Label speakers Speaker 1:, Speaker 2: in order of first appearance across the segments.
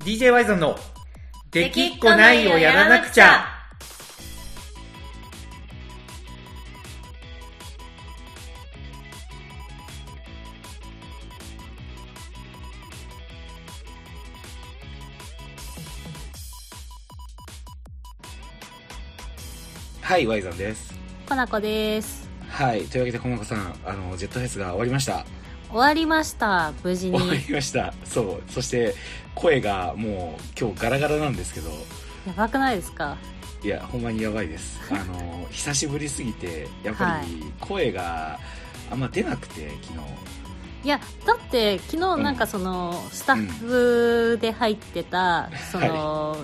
Speaker 1: DJ ワイゾンの「できっこないをやらなくちゃ」はいワイゾンです
Speaker 2: コナコです
Speaker 1: はいというわけで駒子さんあのジェットフェスが終わりました
Speaker 2: 終わりました無事に
Speaker 1: 終わりましたそうそして声がもう今日ガラガラなんですけど
Speaker 2: やばくないですか
Speaker 1: いやほんまにやばいです あの久しぶりすぎてやっぱり声があんま出なくて昨日
Speaker 2: いやだって昨日なんかその、スタッフで入ってた、その、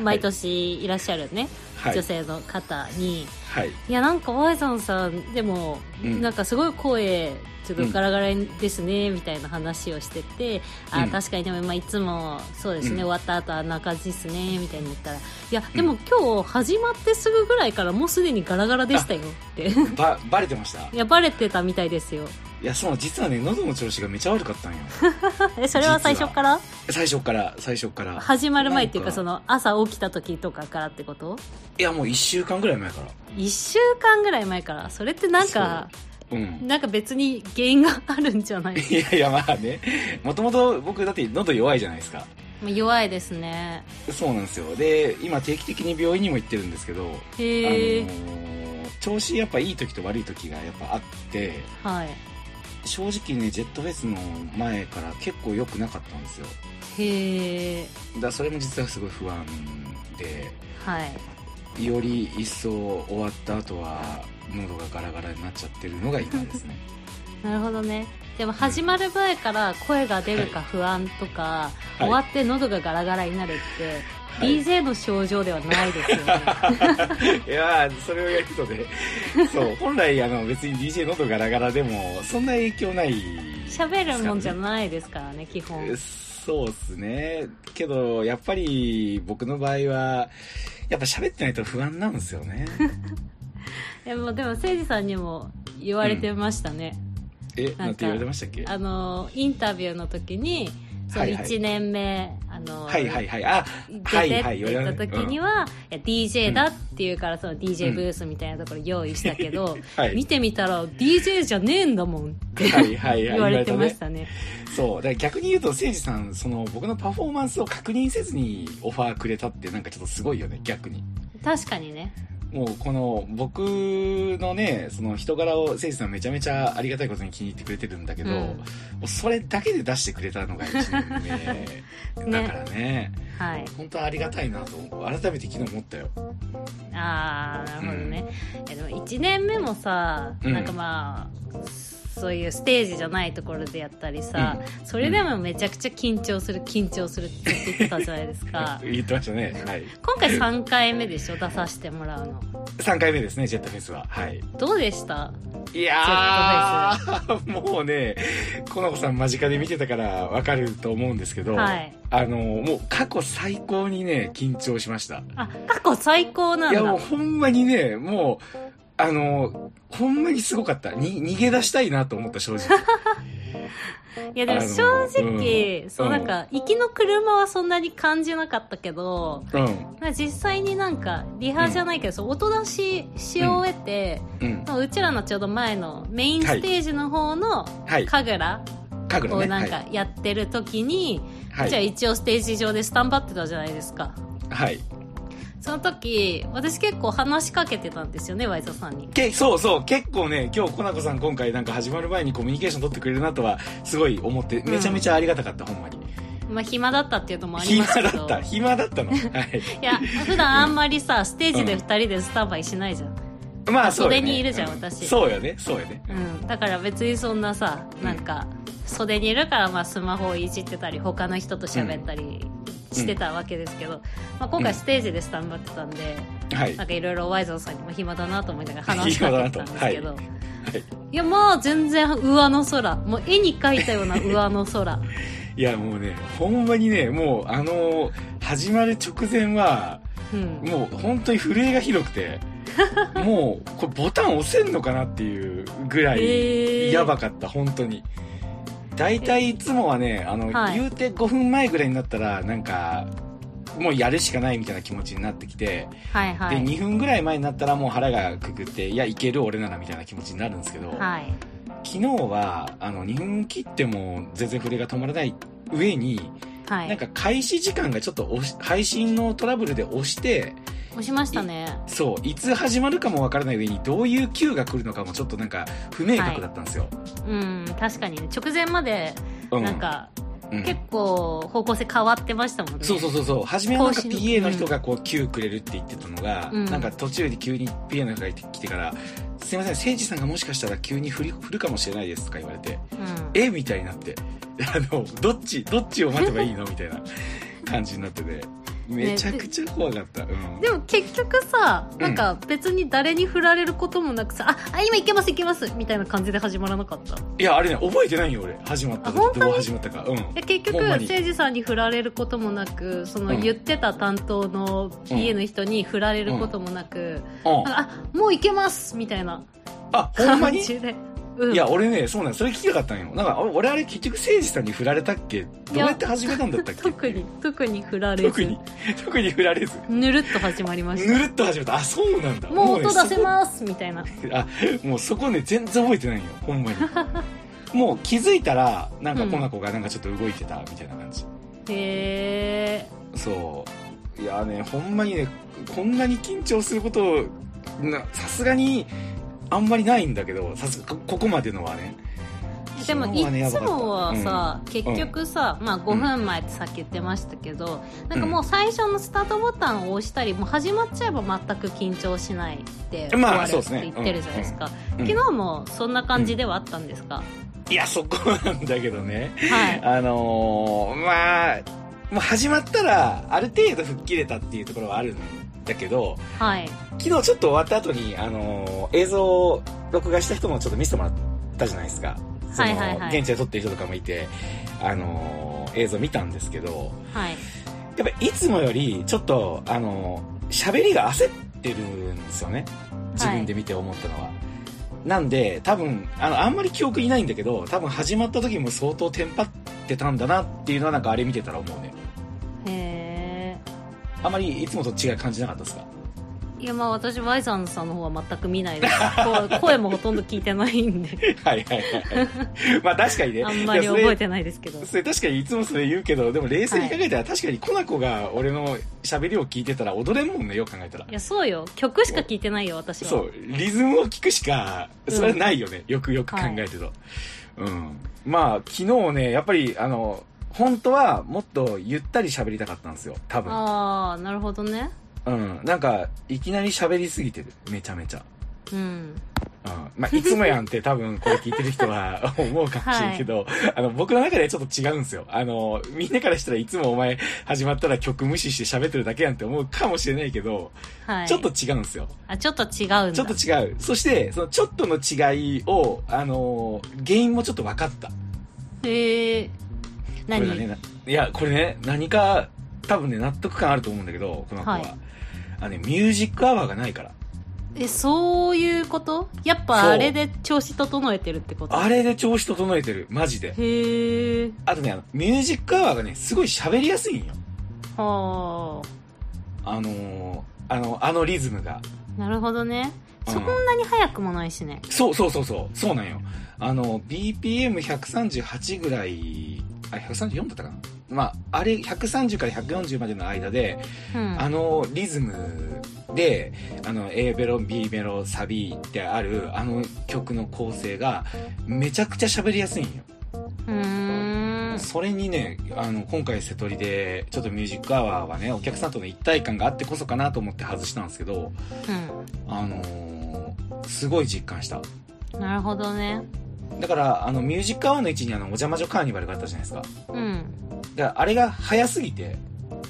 Speaker 2: 毎年いらっしゃるね、
Speaker 1: はい
Speaker 2: 女性の方に
Speaker 1: はい
Speaker 2: いやなんかワイゾンさんでも、
Speaker 1: うん
Speaker 2: なんかすごい声ちょっと
Speaker 1: うん
Speaker 2: ガラガラですね、みたいな話をしてて、あ
Speaker 1: うん
Speaker 2: ー確かにでも、まあ、いつもそうですね、
Speaker 1: うん
Speaker 2: 終わった後あんな感じですねみたいに言ったらいやでも今日始まってすぐぐらいからもうすでにガラガラでしたよって
Speaker 1: ばバレてました
Speaker 2: いやバレてたみたいですよ
Speaker 1: いやそう実はね喉の調子がめちゃ悪かったんよ
Speaker 2: えそれは最初から
Speaker 1: 最初から最初から
Speaker 2: 始まる前っていうか
Speaker 1: なん
Speaker 2: その朝起きた時とかからってこと
Speaker 1: いやもう1週間ぐらい前から
Speaker 2: 1週間ぐらい前からそれってなんか
Speaker 1: うん
Speaker 2: なんか別に原因があるんじゃ ない
Speaker 1: いやいやまあねもともと僕だって喉弱いじゃないですか
Speaker 2: まあ弱いですね
Speaker 1: そうなんですよで今定期的に病院にも行ってるんですけどあの
Speaker 2: へえ、
Speaker 1: ー調子やっぱいい時と悪い時がやっぱあって
Speaker 2: はい
Speaker 1: 正直ねジェットフェスの前から結構良くなかったんですよ
Speaker 2: へえ
Speaker 1: だからそれも実はすごい不安で
Speaker 2: はい
Speaker 1: より一層終わった後は喉がガラガラになっちゃってるのが今ですね
Speaker 2: なるほどねでも始まる前から声が出るか不安とか、 終わって喉がガラガラになるって、
Speaker 1: はい
Speaker 2: DJ の症状ではないですよ ね
Speaker 1: いやーそれをやると ねそう本来あの別に DJ 喉ガラガラでもそんな影響ない
Speaker 2: 喋るもんじゃ
Speaker 1: ない
Speaker 2: ないですからね基本
Speaker 1: そうっすね。けど、やっぱり僕の場合は、やっぱ喋ってないと不安なんですよ ね。
Speaker 2: でもでも誠司さんにも言われてましたね、
Speaker 1: え、
Speaker 2: か
Speaker 1: なんて言われてましたっけ
Speaker 2: あ
Speaker 1: は
Speaker 2: のインタビューの時にその
Speaker 1: はいはい
Speaker 2: 1年目、あの
Speaker 1: いはいはい。あ、
Speaker 2: 出
Speaker 1: は
Speaker 2: て
Speaker 1: い
Speaker 2: っ
Speaker 1: はい。
Speaker 2: て言った時に
Speaker 1: は、
Speaker 2: は、いや DJ だっていうからその DJ ブースみたいなところ用意したけ ど、
Speaker 1: うんはい
Speaker 2: 見てみたら DJ じゃねえんだもんって
Speaker 1: はいはいはい。
Speaker 2: 言われてまし
Speaker 1: ね。
Speaker 2: たね
Speaker 1: そう。だから逆に言うと、誠司さん、その僕のパフォーマンスを確認せずにオファーくれたってなんかちょっとすごいよね、逆に。
Speaker 2: 確かにね
Speaker 1: もうこの僕のね、その人柄を誠司さんめちゃめちゃありがたいことに気に入ってくれてるんだけど、
Speaker 2: うん
Speaker 1: もうそれだけで出してくれたのが1年 目。だからね
Speaker 2: はい
Speaker 1: 本当ありがたいなと改めて昨日思ったよ
Speaker 2: ああなるほどね、いやでも1年目もさ、
Speaker 1: うん
Speaker 2: なんかまあそういうステージじゃないところでやったりさ、それでもめちゃくちゃ緊張する緊張するって言ってたじゃないですか
Speaker 1: 言ってましたねはい
Speaker 2: 今回3回目でしょ出させてもらうの
Speaker 1: 3回目ですねジェットフェスははい
Speaker 2: どうでした
Speaker 1: いやーもうねこの子さん間近で見てたからわかると思うんですけど、
Speaker 2: はい
Speaker 1: あのもう過去最高にね緊張しました
Speaker 2: あ過去最高なん
Speaker 1: い
Speaker 2: だ
Speaker 1: やもうほんまにねもうあのほんまにすごかったに逃げ出したいなと思った正直
Speaker 2: いやでも正直、
Speaker 1: うん
Speaker 2: そうなんか行きの車はそんなに感じなかったけど、
Speaker 1: うん
Speaker 2: まあ、実際になんかリハじゃないけど、そう音出しし終えて、
Speaker 1: うん
Speaker 2: うちらのちょうど前のメインステージの方の
Speaker 1: はい
Speaker 2: 神楽
Speaker 1: 神楽
Speaker 2: を
Speaker 1: ね
Speaker 2: なんかやってる時に、
Speaker 1: は
Speaker 2: じゃあ
Speaker 1: い
Speaker 2: 一応ステージ上でスタンバってたじゃないですか
Speaker 1: はい
Speaker 2: その時私結構話しかけてたんですよねワイザさんに
Speaker 1: けそうそう結構ね今日コナコさん今回なんか始まる前にコミュニケーション取ってくれるなとはすごい思って
Speaker 2: ん
Speaker 1: めちゃめちゃありがたかった、ほんまに
Speaker 2: まあ暇だったっていうのもあり
Speaker 1: 暇
Speaker 2: ますけど
Speaker 1: だった暇だったのはい
Speaker 2: いや普段あんまり さステージで2人でスタンバイしないじゃん
Speaker 1: まあそうよね
Speaker 2: 袖にいるじゃん
Speaker 1: う
Speaker 2: 私
Speaker 1: そうよねそうよね
Speaker 2: うん、だから別にそんなさなんか袖にいるからまあスマホをいじってたり他の人と喋ったりしてたわけですけど、まあ、今回ステージでスタンバってたんで、
Speaker 1: はい
Speaker 2: なんかいろいろワイゾンさんにも暇だなと思いながら話しかけてたんですけど、
Speaker 1: 暇だないはい
Speaker 2: やまあ全然上の空もう絵に描いたような上の空
Speaker 1: いやもうねほんまにねもうあのー始まる直前は
Speaker 2: うん
Speaker 1: もう本当に震えがひどく てもうこれボタン押せんのかなっていうぐら
Speaker 2: へ
Speaker 1: い
Speaker 2: ー
Speaker 1: やばかった本当に大体いつもはね、あの、
Speaker 2: はい
Speaker 1: 言うて5分前ぐらいになったら、なんか、もうやるしかないみたいな気持ちになってきて、
Speaker 2: はいは
Speaker 1: で、
Speaker 2: い
Speaker 1: 2分ぐらい前になったらもう腹がくくって、いや、いける俺ならみたいな気持ちになるんですけど、
Speaker 2: はい
Speaker 1: 昨日は、あの、2分切っても全然筆が止まらない上に、
Speaker 2: は
Speaker 1: なん
Speaker 2: い
Speaker 1: か開始時間がちょっと押し配信のトラブルで押して、
Speaker 2: 押しましたね
Speaker 1: そう、いつ始まるかもわからない上に、どういう Q が来るのかもちょっとなんか不明確だったんですよ。
Speaker 2: うん確かにね直前まで
Speaker 1: うん。
Speaker 2: なんか
Speaker 1: うん
Speaker 2: 結構方向性変わってましたもんね
Speaker 1: そうそうそうそう。初めはなんか
Speaker 2: 更新
Speaker 1: PA の人がこう Q くれるって言ってたのが、
Speaker 2: うん
Speaker 1: なんか途中で急に PA の人が来てから、すいません、誠治さんがもしかしたら急に振り振るかもしれないですとか言われて、
Speaker 2: うん
Speaker 1: えみたいになって、 あの、どっち、どっちを待てばいいのみ たいな感じになってて、めちゃくちゃ怖かった。うん。
Speaker 2: でも結局さ
Speaker 1: ん
Speaker 2: なんか別に誰に振られることもなくさ、ああ今いけますいけますみたいな感じで始まらなかったい
Speaker 1: いや、あれね、覚えてないよ、俺。始まった
Speaker 2: あ本
Speaker 1: 時、
Speaker 2: 当
Speaker 1: どう始まったか。うん。
Speaker 2: や結局
Speaker 1: ほんまに
Speaker 2: 誠司さんに振られることもなくそうの
Speaker 1: ん
Speaker 2: 言ってた担当の PA の人に振られることもなく、
Speaker 1: うん。
Speaker 2: なんかあもういけますみたいな
Speaker 1: あ、ほんま
Speaker 2: 感
Speaker 1: に
Speaker 2: じで、 うん、
Speaker 1: いや、俺ね、そうなんそれ聞きたかったんよ。なんか、あ俺あれ結局、誠治さんに振られたっけどうやって始めたんだったっけ
Speaker 2: 特に特に振られず
Speaker 1: 特に、特に振られず。
Speaker 2: ぬるっと始まりまし
Speaker 1: ぬるっと始めた。あ、そうなんだ。
Speaker 2: たもう音
Speaker 1: ね
Speaker 2: 出せますみたいな
Speaker 1: そこあ、もうそこね、全然覚えてないよ。ほんまに。 もう気づいたら、なんか、
Speaker 2: うん
Speaker 1: この子がなんかちょっと動いてた、みたいな感じ。
Speaker 2: へえ
Speaker 1: そう。いやね、ほんまにね、こんなに緊張すること、なさすがに、あんまりないんだけど、さすが、こここまでのはね。
Speaker 2: でも
Speaker 1: 昨
Speaker 2: い
Speaker 1: 日はねや
Speaker 2: つ
Speaker 1: ばかった
Speaker 2: もはさ、結局さ、まあ、5分前ってさっき言ってましたけど、なんかもう最初のスタートボタンを押したりもう始まっちゃえば全く緊張しないって
Speaker 1: まあ
Speaker 2: 終わる
Speaker 1: そうですね
Speaker 2: って言ってるじゃないですか、
Speaker 1: うん
Speaker 2: 昨日もそんな感じではあったんです か、
Speaker 1: いや、そこなんだけどね。
Speaker 2: はい
Speaker 1: あのーまあ、まあ、始まったら、ある程度吹っ切れたっていうところはあるんだけど、
Speaker 2: はい
Speaker 1: 昨日ちょっと終わった後に、あのー映像を録画した人もちょっと見せてもらったじゃないですか。その
Speaker 2: はいはいはい
Speaker 1: 現地で撮ってる人とかもいて、あのー映像見たんですけど、
Speaker 2: はい
Speaker 1: やっぱいつもより、ちょっと、あのー喋りが焦ってるんですよね。自分で見て思ったのは。なんで、多分、あの、あんまり記憶にないんだけど、多分始まった時も相当テンパってたんだなっていうのはなんかあれ見てたら思うね。
Speaker 2: はいへ
Speaker 1: あんまりいつもと違い感じなかったですか
Speaker 2: えいやまあ私ワイさんさんの方は全く見ない ですこう声もほとんど聞いてないんで
Speaker 1: はいはいはい はい。まあ確かにね。
Speaker 2: あんまり
Speaker 1: いやそ
Speaker 2: 覚え
Speaker 1: れ
Speaker 2: てないですけど
Speaker 1: それ確かにいつもそれ言うけど、でも冷静に考えたら確かにコナコが俺の喋りを聞いてたら踊れんもんね、よく考えたら
Speaker 2: い。やそうよ曲しか聞いてないよ私は
Speaker 1: そう、リズムを聞くしか、それはないよね。よくよく考えてと。うん。まあ、昨日ね、やっぱり、あの、本当はもっとゆったり喋りたかったんですよ。多分。
Speaker 2: ああなるほどね
Speaker 1: うん。なんか、いきなり喋りすぎてる。めちゃめちゃ。
Speaker 2: う
Speaker 1: う
Speaker 2: ん
Speaker 1: ん。まあ、いつもやんって多分これ聞いてる人は 思うかもしれんけど、あの、僕の中ではちょっと違うんですよ。あの、みんなからしたらいつもお前始まったら曲無視して喋ってるだけやんって思うかもしれないけど、
Speaker 2: はい
Speaker 1: ちょっと違うんですよ。
Speaker 2: あちょっと違うんだ
Speaker 1: ちょっと違う。そして、そのちょっとの違いを、あのー原因もちょっと分かった。
Speaker 2: へえ何、
Speaker 1: これがねないや、これね、何か、多分ね、納得感あると思うんだけど、この子は。
Speaker 2: はい
Speaker 1: あのね、ミュージックアワーがないから。
Speaker 2: えそういうことやっ
Speaker 1: そう
Speaker 2: ぱあれで調子整えてるってこと
Speaker 1: あれで調子整えてる。マジで。
Speaker 2: へえ
Speaker 1: あとね、あのミュージックアワーがね、すごい喋りやすいんよ。
Speaker 2: は
Speaker 1: あのーあの、あのリズムが。
Speaker 2: あなるほどね
Speaker 1: うん
Speaker 2: そんなに早くもないしね、
Speaker 1: そうそうそうそう。そうなんよ。あの、BPM138 ぐらい、あ、134だったかなまあ、あれ、130から140までの間で、
Speaker 2: うん、
Speaker 1: あのリズムで、あの A メロ、B メロ、サビってあるあの曲の構成がめちゃくちゃ喋りやすいんよ。
Speaker 2: うーん
Speaker 1: それにね、あの、今回瀬戸りで、ちょっとミュージックアワーはね、お客さんとの一体感があってこそかなと思って外したんですけど、あのーすごい実感した。
Speaker 2: うんなるほどね
Speaker 1: だから、あの、ミュージックアワーの位置にあの、お邪魔女カーニバルがあったじゃないですか。
Speaker 2: うん
Speaker 1: だから、あれが早すぎて、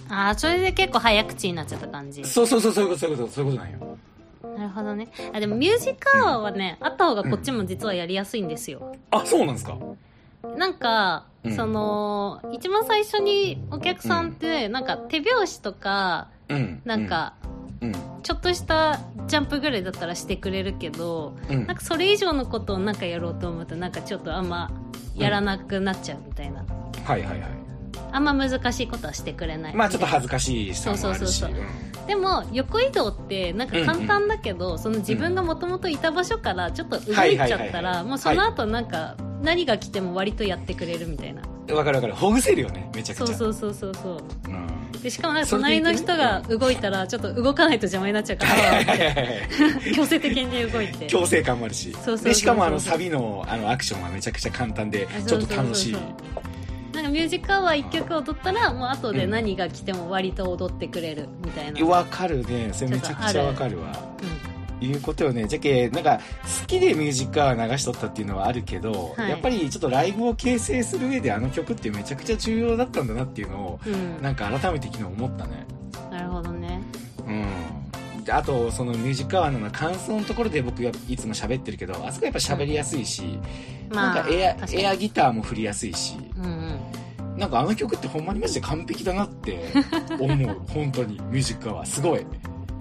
Speaker 2: あそれで結構早口になっちゃった感じ
Speaker 1: そうそうそう、そういうこと、そういうこと、そういうことなんよ。
Speaker 2: なるほどねあでもミュージックアワーはね、あった方がこっちも実はやりやすいんですよ、
Speaker 1: あ、そうなんですか
Speaker 2: なんか、
Speaker 1: うん
Speaker 2: その一番最初にお客さんって、なんか手拍子とか
Speaker 1: うん。
Speaker 2: なんか、
Speaker 1: うん
Speaker 2: ちょっとしたジャンプぐらいだったらしてくれるけど
Speaker 1: うん
Speaker 2: なんかそれ以上のことをなんかやろうと思うとなんかちょっとあんまやらなくなっちゃうみたいな、
Speaker 1: はいはいはい
Speaker 2: あんま難しいことはしてくれない
Speaker 1: まあちょっと恥ずかしいさもあるし
Speaker 2: そうそうそうそうんでも横移動ってなんか簡単だけど、その自分がもともといた場所からちょっと動いちゃっ
Speaker 1: はいは
Speaker 2: た
Speaker 1: いはいは
Speaker 2: ら
Speaker 1: い
Speaker 2: もうその後なんか何が来ても割とやってくれるみたいな、
Speaker 1: わかるわかるほぐせるよねめちゃくち
Speaker 2: そ
Speaker 1: ゃ
Speaker 2: うそうそうそうそう
Speaker 1: うん
Speaker 2: でしかもなんか
Speaker 1: それで
Speaker 2: 隣
Speaker 1: いけ
Speaker 2: の
Speaker 1: る
Speaker 2: 人が動いたらちょっと動かないと邪魔になっちゃうか
Speaker 1: はいはい
Speaker 2: ら
Speaker 1: はいはい
Speaker 2: 強制的に動いて
Speaker 1: 強制感もあるし
Speaker 2: そうそうそうそう
Speaker 1: でしかもあのサビのあのアクションはめちゃくちゃ簡単で
Speaker 2: あ
Speaker 1: ち
Speaker 2: そ
Speaker 1: ょ
Speaker 2: う
Speaker 1: っ
Speaker 2: そうそうそう
Speaker 1: と楽しい
Speaker 2: なんかミュージックアワー1曲踊ったらもう後で何が来ても割と踊ってくれるみたいな、うん
Speaker 1: わかるねそれめちゃくちゃわかるわ
Speaker 2: う
Speaker 1: いうことよねじゃけなんか好きでミュージックアワー流しとったっていうのはあるけど、
Speaker 2: はい
Speaker 1: やっぱりちょっとライブを形成する上であの曲ってめちゃくちゃ重要だったんだなっていうのを
Speaker 2: ん
Speaker 1: なんか改めて昨日思ったね
Speaker 2: なるほどね
Speaker 1: うんであとそのミュージックアワーの感想のところで僕はいつも喋ってるけどあそこやっぱ喋りやすいし、
Speaker 2: まあ
Speaker 1: なんかエア
Speaker 2: 確かに
Speaker 1: エアギターも振りやすいし
Speaker 2: うんうん
Speaker 1: なんかあの曲ってほんまにマジで完璧だな って思う本当にミュージックアワーすごい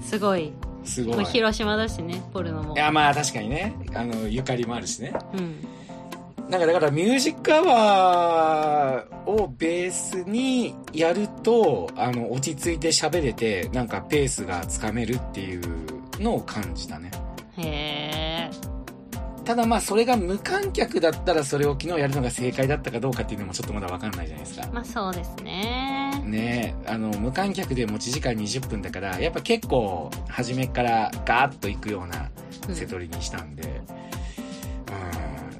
Speaker 2: すごい
Speaker 1: すご
Speaker 2: もう
Speaker 1: いい
Speaker 2: 広島だしねポルノも
Speaker 1: やまあ確かにねあのゆかりもあるしね
Speaker 2: うん
Speaker 1: なんかだからミュージックアワーをベースにやるとあの落ち着いて喋れてなんかペースがつかめるっていうのを感じたね
Speaker 2: へえ
Speaker 1: ただまあそれが無観客だったらそれを昨日やるのが正解だったかどうかっていうのもちょっとまだわかんないじゃないですか
Speaker 2: まあそうですね
Speaker 1: ねえあの無観客で持ち時間20分だからやっぱ結構初めからガーッといくような
Speaker 2: うん
Speaker 1: 瀬取りにしたんで、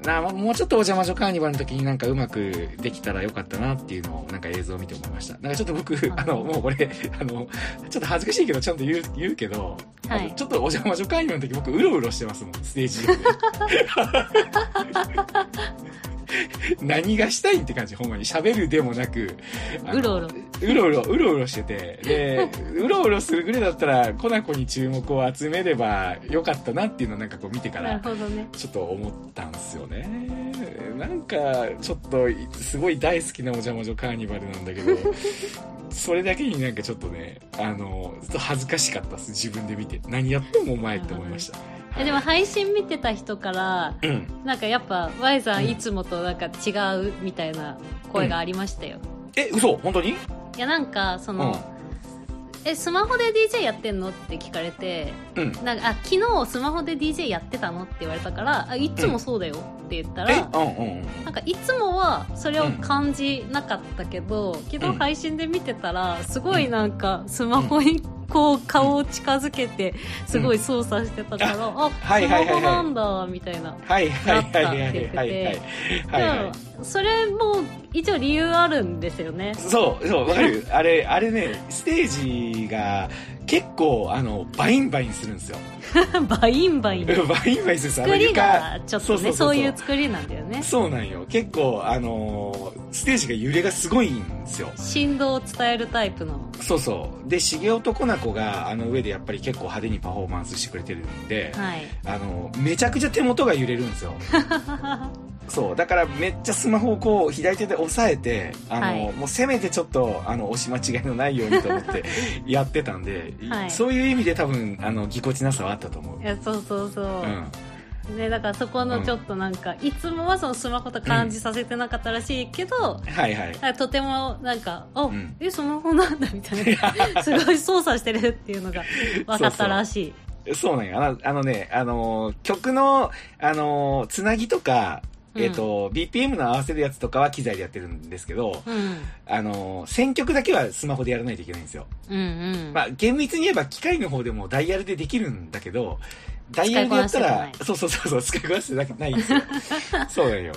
Speaker 1: うん、なあもうちょっとお邪魔女カーニバルの時になんかうまくできたらよかったなっていうのをなんか映像を見て思いましたなんかちょっと僕
Speaker 2: あ
Speaker 1: あのもうこれあのちょっと恥ずかしいけどちゃんと言う言うけど、
Speaker 2: はい
Speaker 1: あのちょっとお邪魔女カーニバルの時僕うろうろしてますもんステージ 上で何がしたいって感じほんまに喋るでもなくあの
Speaker 2: うろうろ
Speaker 1: うろうろ、うろうろしてて、で、うろうろするぐらいだったら、コナコに注目を集めればよかったなっていうのをなんかこう見てか
Speaker 2: なる
Speaker 1: ら、
Speaker 2: ほどね
Speaker 1: ちょっと思ったんすよね。なんか、ちょっと、すごい大好きなおじゃまじょカーニバルなんだけ ど、それだけになんかちょっとね、あの、ちょっと恥ずかしかったっす、自分で見て。何やってもお前って思いました。
Speaker 2: えでも配信見てた人から
Speaker 1: うん。
Speaker 2: なんかやっぱ Y さ
Speaker 1: うんん
Speaker 2: いつもとなんか違うみたいな声がありましたよ、
Speaker 1: え、嘘本当に
Speaker 2: いやなんかその、えスマホで DJ やってんのって聞かれて
Speaker 1: うん。
Speaker 2: なんかあ昨日スマホで DJ やってたのって言われたからあいつもそうだよって言った
Speaker 1: え
Speaker 2: ら、
Speaker 1: うんうんうん。
Speaker 2: なんかいつもはそれを感じなかったけど、けど配信で見てたらすごいなんかスマホにこう顔を近づけてすごい操作してた から、あ
Speaker 1: はいはいはいはい
Speaker 2: スマホなんだみたいな。
Speaker 1: はいはいはいはいはいはいはい。はいはい。
Speaker 2: でもそれも一応理由あるんですよね。
Speaker 1: そう、そう、わかる。あれ、あれね、ステージが結構、あの、バインバインするんですよ。
Speaker 2: バインバイン。
Speaker 1: バインバインするんですよ。あの
Speaker 2: 作りが
Speaker 1: 床
Speaker 2: ちょっとねそういう作りなんだよね。
Speaker 1: そうなんよ。結構、あのー、ステージが揺れがすごいんですよ。
Speaker 2: 振動を伝えるタイプの。
Speaker 1: そうそう。で、重男な子が、あの上でやっぱり結構派手にパフォーマンスしてくれてるんで、
Speaker 2: はい。
Speaker 1: あの、めちゃくちゃ手元が揺れるんですよ。そう。だからめっちゃスマホをこう、左手で押さえて、あの、
Speaker 2: はい
Speaker 1: もうせめてちょっと、あの、押し間違いのないようにと思って やってたんで、
Speaker 2: はい
Speaker 1: そういう意味で多分、あの、ぎこちなさはあったと思う
Speaker 2: い。やそうそうそう。
Speaker 1: うん。
Speaker 2: ね、だからそこのちょっとなんか、いつもはそのスマホと感じさせてなかったらしいけど、
Speaker 1: はいはい。
Speaker 2: なんかとてもなんか、あ、
Speaker 1: ん
Speaker 2: え、スマホなんだみたい な、すごい操作してるっていうのが分かったらしい。
Speaker 1: そうなんや。あのあのね、あのー、曲の、あのー、つなぎとか、
Speaker 2: うん
Speaker 1: えっ、と、BPM の合わせるやつとかは機材でやってるんですけど、
Speaker 2: うん。
Speaker 1: あのー、選曲だけはスマホでやらないといけないんですよ。
Speaker 2: うんうん。
Speaker 1: まあ、厳密に言えば機械の方でもダイヤルでできるんだけど、ダイヤルでやった
Speaker 2: 使いこな
Speaker 1: ら
Speaker 2: せて、
Speaker 1: そうそうそうそう、 使いこなせてないん ですよ。そうなんよ。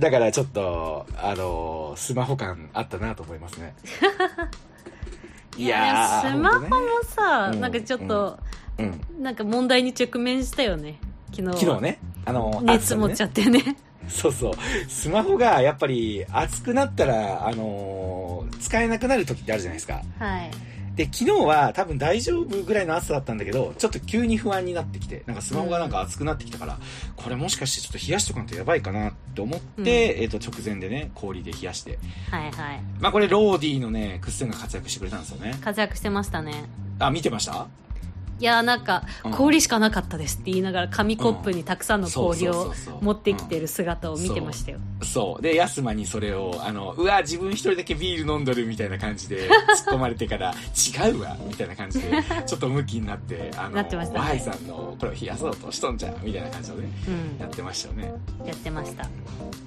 Speaker 1: だからちょっと、あのースマホ感あったなと思いますね。
Speaker 2: いや、でもスマホもさ、
Speaker 1: ほんとねうん
Speaker 2: なんかちょっと、
Speaker 1: ー、うん。
Speaker 2: なんか問題に直面したよね、昨日。
Speaker 1: 昨日。ね、あのー暑
Speaker 2: 熱
Speaker 1: さで
Speaker 2: 持っちゃってね。
Speaker 1: そうそう。スマホがやっぱり熱くなったら、あのー使えなくなる時ってあるじゃないですか。
Speaker 2: はい。
Speaker 1: で、昨日は多分大丈夫ぐらいの暑さだったんだけど、ちょっと急に不安になってきて、なんかスマホがなんか熱くなってきたから、これもしかしてちょっと冷やしとかんとやばいかなって思って、
Speaker 2: うん
Speaker 1: えっ、と、直前でね、氷で冷やして。
Speaker 2: はいはい。
Speaker 1: まあこれ、ローディのね、クッセンが活躍してくれたんですよね。
Speaker 2: 活躍してましたね。
Speaker 1: あ、見てました
Speaker 2: いやーなんか
Speaker 1: うん
Speaker 2: 氷しかなかったですって言いながら紙コップにたくさんの氷
Speaker 1: そうそ
Speaker 2: を
Speaker 1: うそうそう
Speaker 2: 持ってきてる姿を見てましたよ、
Speaker 1: そう。で、ヤスマにそれを、あの、うわ、自分一人だけビール飲んどるみたいな感じで 突っ込まれてから、違うわみたいな感じで、ちょっとムキになって、あの、
Speaker 2: なってましたね
Speaker 1: ワイさんのこれを冷やそうとしとんじゃんみたいな感じで、やっ
Speaker 2: う
Speaker 1: てましたよね。
Speaker 2: ん、やってました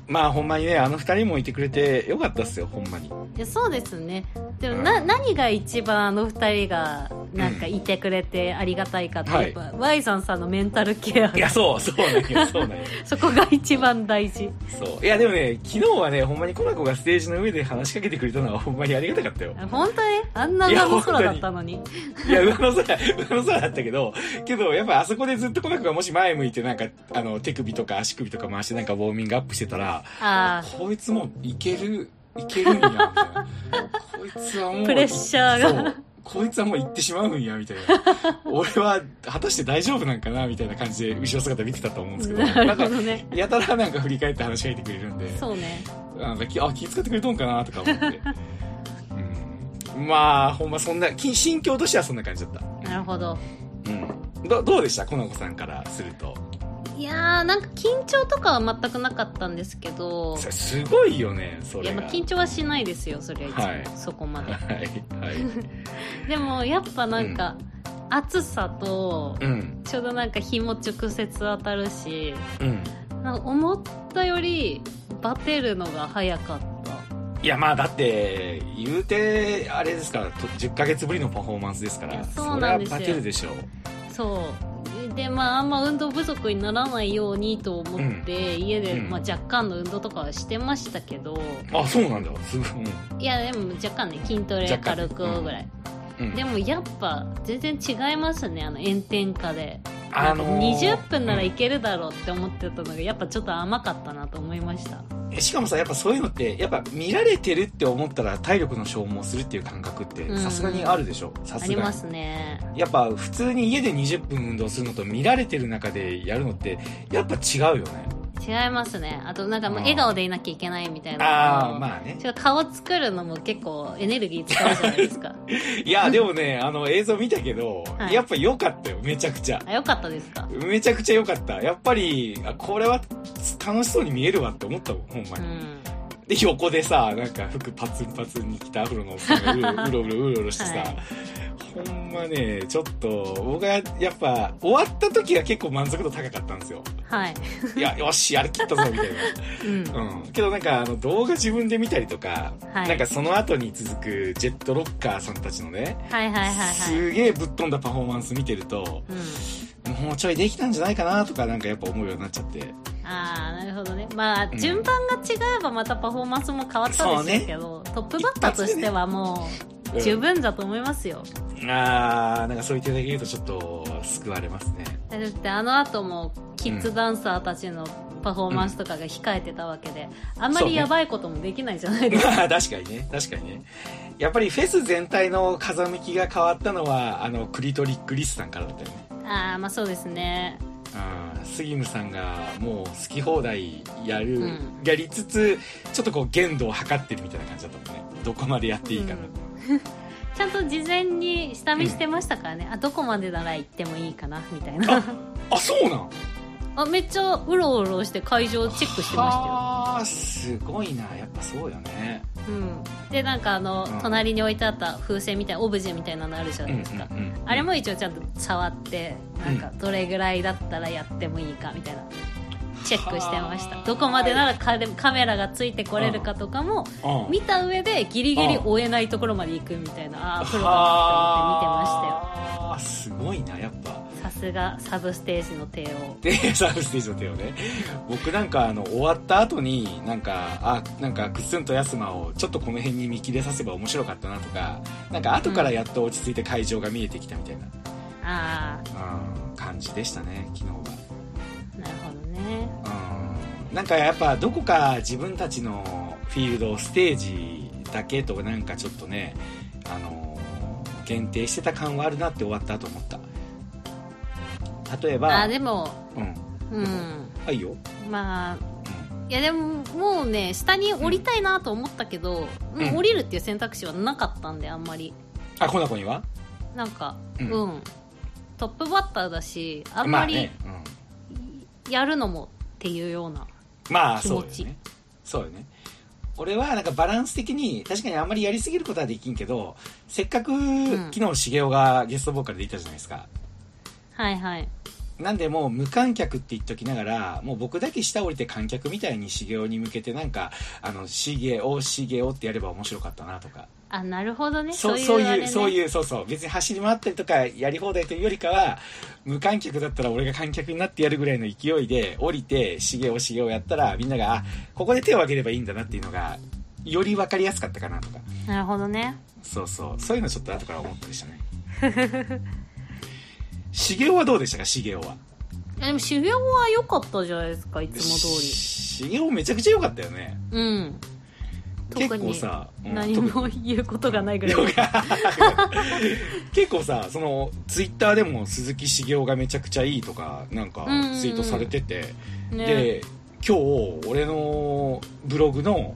Speaker 1: まあ、ほんまにね、あの二人もいてくれてよかったっすよ、ほんまに。
Speaker 2: でそうですねでもな、
Speaker 1: うん
Speaker 2: 何が一番あの二人がなんかいてくれてありがたいかって、
Speaker 1: はい
Speaker 2: やっぱ、ワイさんさんのメンタルケア
Speaker 1: いや、そう、そうなんよ、そうなんよ。
Speaker 2: そこが一番大事
Speaker 1: そう。いや、でもね、昨日はね、ほんまにコナコがステージの上で話しかけてくれたのはほんまにありがたかったよ。
Speaker 2: 本当ねあんな上の空だったのに
Speaker 1: いや、上の空、上の空だったけど、けど、やっぱあそこでずっとコナコがもし前向いてなんか、あの、手首とか足首とか回してなんかウォーミングアップしてたら、
Speaker 2: あ
Speaker 1: こいつもいける、いけるんや、みたいな。こいつはもう。
Speaker 2: プレッシャーが
Speaker 1: そう。こいつはもう行ってしまうんや、みたいな。俺は、果たして大丈夫なんかな、みたいな感じで、後ろ姿見てたと思うんですけど。
Speaker 2: あ
Speaker 1: な
Speaker 2: なん
Speaker 1: か
Speaker 2: るほ、どね
Speaker 1: やたらなんか振り返って話しかけてくれるんで。
Speaker 2: そうね
Speaker 1: なんかきあ気使ってくれとんかなとか思 って、うん、まあほんまそんなき心境としてはそんな感じだった、
Speaker 2: なるほど
Speaker 1: うん、どどうでしたこの子さんからすると
Speaker 2: いやーなんか緊張とかは全くなかったんですけど
Speaker 1: それすごいよねそ
Speaker 2: いや
Speaker 1: れが
Speaker 2: まあ緊張はしないですよそれはいつも、
Speaker 1: はい
Speaker 2: そこまで
Speaker 1: はい はい
Speaker 2: でもやっぱなんか、暑さと
Speaker 1: うん
Speaker 2: ちょうどなんか日も直接当たるし
Speaker 1: うん
Speaker 2: なんか思ったよりバテるのが早かった
Speaker 1: いやまあだって言うてあれですからと10ヶ月ぶりのパフォーマンスですか
Speaker 2: いや
Speaker 1: ら
Speaker 2: そうなんですよ
Speaker 1: それはバテるでしょう
Speaker 2: そうでまああんま運動不足にならないようにと思って、家で、
Speaker 1: うん
Speaker 2: まあ、若干の運動とかはしてましたけど
Speaker 1: あそうなんだすごい、
Speaker 2: いやでも若干ね筋トレ
Speaker 1: 若干
Speaker 2: 軽くぐらい、
Speaker 1: うんうん、
Speaker 2: でもやっぱ全然違いますねあの炎天下で。
Speaker 1: あのー
Speaker 2: 20分ならいけるだろうって思ってたのがやっぱちょっと甘かったなと思いました
Speaker 1: しかもさやっぱそういうのってやっぱ見られてるって思ったら体力の消耗するっていう感覚って
Speaker 2: ん
Speaker 1: さすがにあるでしょさ
Speaker 2: あ
Speaker 1: す
Speaker 2: り
Speaker 1: が
Speaker 2: ま
Speaker 1: に
Speaker 2: すね
Speaker 1: やっぱ普通に家で20分運動するのと見られてる中でやるのってやっぱ違うよね
Speaker 2: 違いますねあとなんかもう
Speaker 1: うん
Speaker 2: 笑顔でいなきゃいけないみたいな
Speaker 1: ああまあね
Speaker 2: ちょっと顔作るのも結構エネルギー使うじゃないですか
Speaker 1: いやでもねあの映像見たけど、
Speaker 2: はい
Speaker 1: やっぱ良かったよめちゃくちゃ
Speaker 2: あよかったですか
Speaker 1: めちゃくちゃ良かったやっぱりあこれは楽しそうに見えるわって思ったもんほんま
Speaker 2: う
Speaker 1: に、
Speaker 2: ん
Speaker 1: で横でさなんか服パツンパツンに着たアフロのおっさんがう ろうろうろうろうろしてさ、
Speaker 2: はい
Speaker 1: ほんまねちょっと僕はやっぱ終わった時は結構満足度高かったんです よ
Speaker 2: はい、
Speaker 1: いやよしやりきったぞみたい
Speaker 2: うん、
Speaker 1: な、 うん、けどなんかあの動画自分で見たりとか、
Speaker 2: はい
Speaker 1: なんかその後に続くジェットロッカーさんたちのね、
Speaker 2: はいはいはいはい
Speaker 1: すげえぶっ飛んだパフォーマンス見てると
Speaker 2: うん
Speaker 1: もうちょいできたんじゃないかなとかなんかやっぱ思うようになっちゃって
Speaker 2: ああなるほどねまあ
Speaker 1: ん
Speaker 2: 順番が違えばまたパフォーマンスも変わったんでしょうけどトップバッターとしてはも
Speaker 1: うん
Speaker 2: う十分だと思いますよ、
Speaker 1: あーなんかそう言っていただけるとちょっと救われますね
Speaker 2: だってあの後もキッズダンサーたちのパフォーマンスとかが控えてたわけで、あんま
Speaker 1: そう
Speaker 2: り
Speaker 1: ね
Speaker 2: やばいこともできないじゃないですか、
Speaker 1: まあ確かにね確かにねやっぱりフェス全体の風向きが変わったのはあのクリトリックリスさんからだったよね
Speaker 2: ああまあそうですね
Speaker 1: うんスギムさんがもう好き放題やる、
Speaker 2: うん
Speaker 1: やりつつちょっとこう限度を測ってるみたいな感じだったもんねどこまでやっていいかな、
Speaker 2: うん ちゃんと事前に下見してましたからね、あどこまでなら行ってもいいかなみたいな
Speaker 1: あそうなん
Speaker 2: あめっちゃうろうろして会場チェックしてまし
Speaker 1: あーすごいなやっぱそうよね
Speaker 2: たよ、うん、でなんかあの、
Speaker 1: うん
Speaker 2: 隣に置いてあった風船みたいなオブジェみたいなのあるじゃないですか、
Speaker 1: うんうんうん
Speaker 2: あれも一応ちゃんと触ってなんかどれぐらいだったらやってもいいかみたいなチェックしてました
Speaker 1: はー
Speaker 2: どこまでならカレカメラがついてこれるかとかも
Speaker 1: うん
Speaker 2: 見た上でギリギリ追えないところまで行くみたいなああープロだなって
Speaker 1: はーすごいなやっぱ
Speaker 2: 思って見てましたよさすがサブステージの帝王
Speaker 1: で、 サービステージの手をね。僕なんか、あの、終わった後に、なんか、あ、なんか、くっすんとやすまを、ちょっとこの辺に見切れさせば面白かったなとか、なんか、後からやっと落ち着いて会場が見えてきたみたいな、
Speaker 2: あ
Speaker 1: うん、感じでしたね、昨日
Speaker 2: あなるほどね
Speaker 1: は。うん。なんか、やっぱ、どこか自分たちのフィールド、ステージだけと、なんかちょっとね、あのー限定してた感はあるなって終わったと思った。例えば、
Speaker 2: あーでも
Speaker 1: うん。
Speaker 2: うん
Speaker 1: はいよ。
Speaker 2: まあいやでももうね下に降りたいなと思ったけど、
Speaker 1: ん
Speaker 2: もう降りるっていう選択肢はなかったんであんまり
Speaker 1: あ、こんな子には
Speaker 2: なんか、
Speaker 1: う
Speaker 2: うんん、トップバッターだしあん
Speaker 1: ま
Speaker 2: ま
Speaker 1: あ
Speaker 2: り
Speaker 1: ね、うん
Speaker 2: やるのもっていうような、
Speaker 1: まあ
Speaker 2: 気
Speaker 1: そ
Speaker 2: 持
Speaker 1: う
Speaker 2: ち
Speaker 1: よねそうよね俺はなんかバランス的に確かにあんまりやりすぎることはできんけどせっかく
Speaker 2: ん
Speaker 1: 昨日茂雄がゲストボーカルでいたじゃないですか、
Speaker 2: はいはい
Speaker 1: なんでもう無観客って言っときながらもう僕だけ下降りて観客みたいに茂雄に向けてなんか「あの茂雄茂雄」ってやれば面白かったなとか
Speaker 2: あなるほどね
Speaker 1: そ
Speaker 2: そうういう
Speaker 1: そう
Speaker 2: あ
Speaker 1: い
Speaker 2: れ
Speaker 1: う、
Speaker 2: ね
Speaker 1: そういう、そうそう。別に走り回ったりとかやり放題というよりかは、無観客だったら俺が観客になってやるぐらいの勢いで、降りて、しげおしげをやったら、みんなが、あ、ここで手を挙げればいいんだなっていうのが、より分かりやすかったかなとか。
Speaker 2: なるほどね
Speaker 1: そうそう。そういうのちょっと後から思ったりしたね。 しげおはどうでしたか、しげおは。
Speaker 2: でも修行は良かったじゃないですかいつも通
Speaker 1: しげおめちゃくちゃ良かったよね。
Speaker 2: りうん
Speaker 1: 結
Speaker 2: 特
Speaker 1: 構
Speaker 2: に
Speaker 1: さ、うん
Speaker 2: 何も言うことがないぐらい
Speaker 1: 了解 結構さそのツイッターでも鈴木茂雄がめちゃくちゃいいとかなんか
Speaker 2: うんうんうん
Speaker 1: ツイートされてて、
Speaker 2: ね
Speaker 1: で今日俺のブログの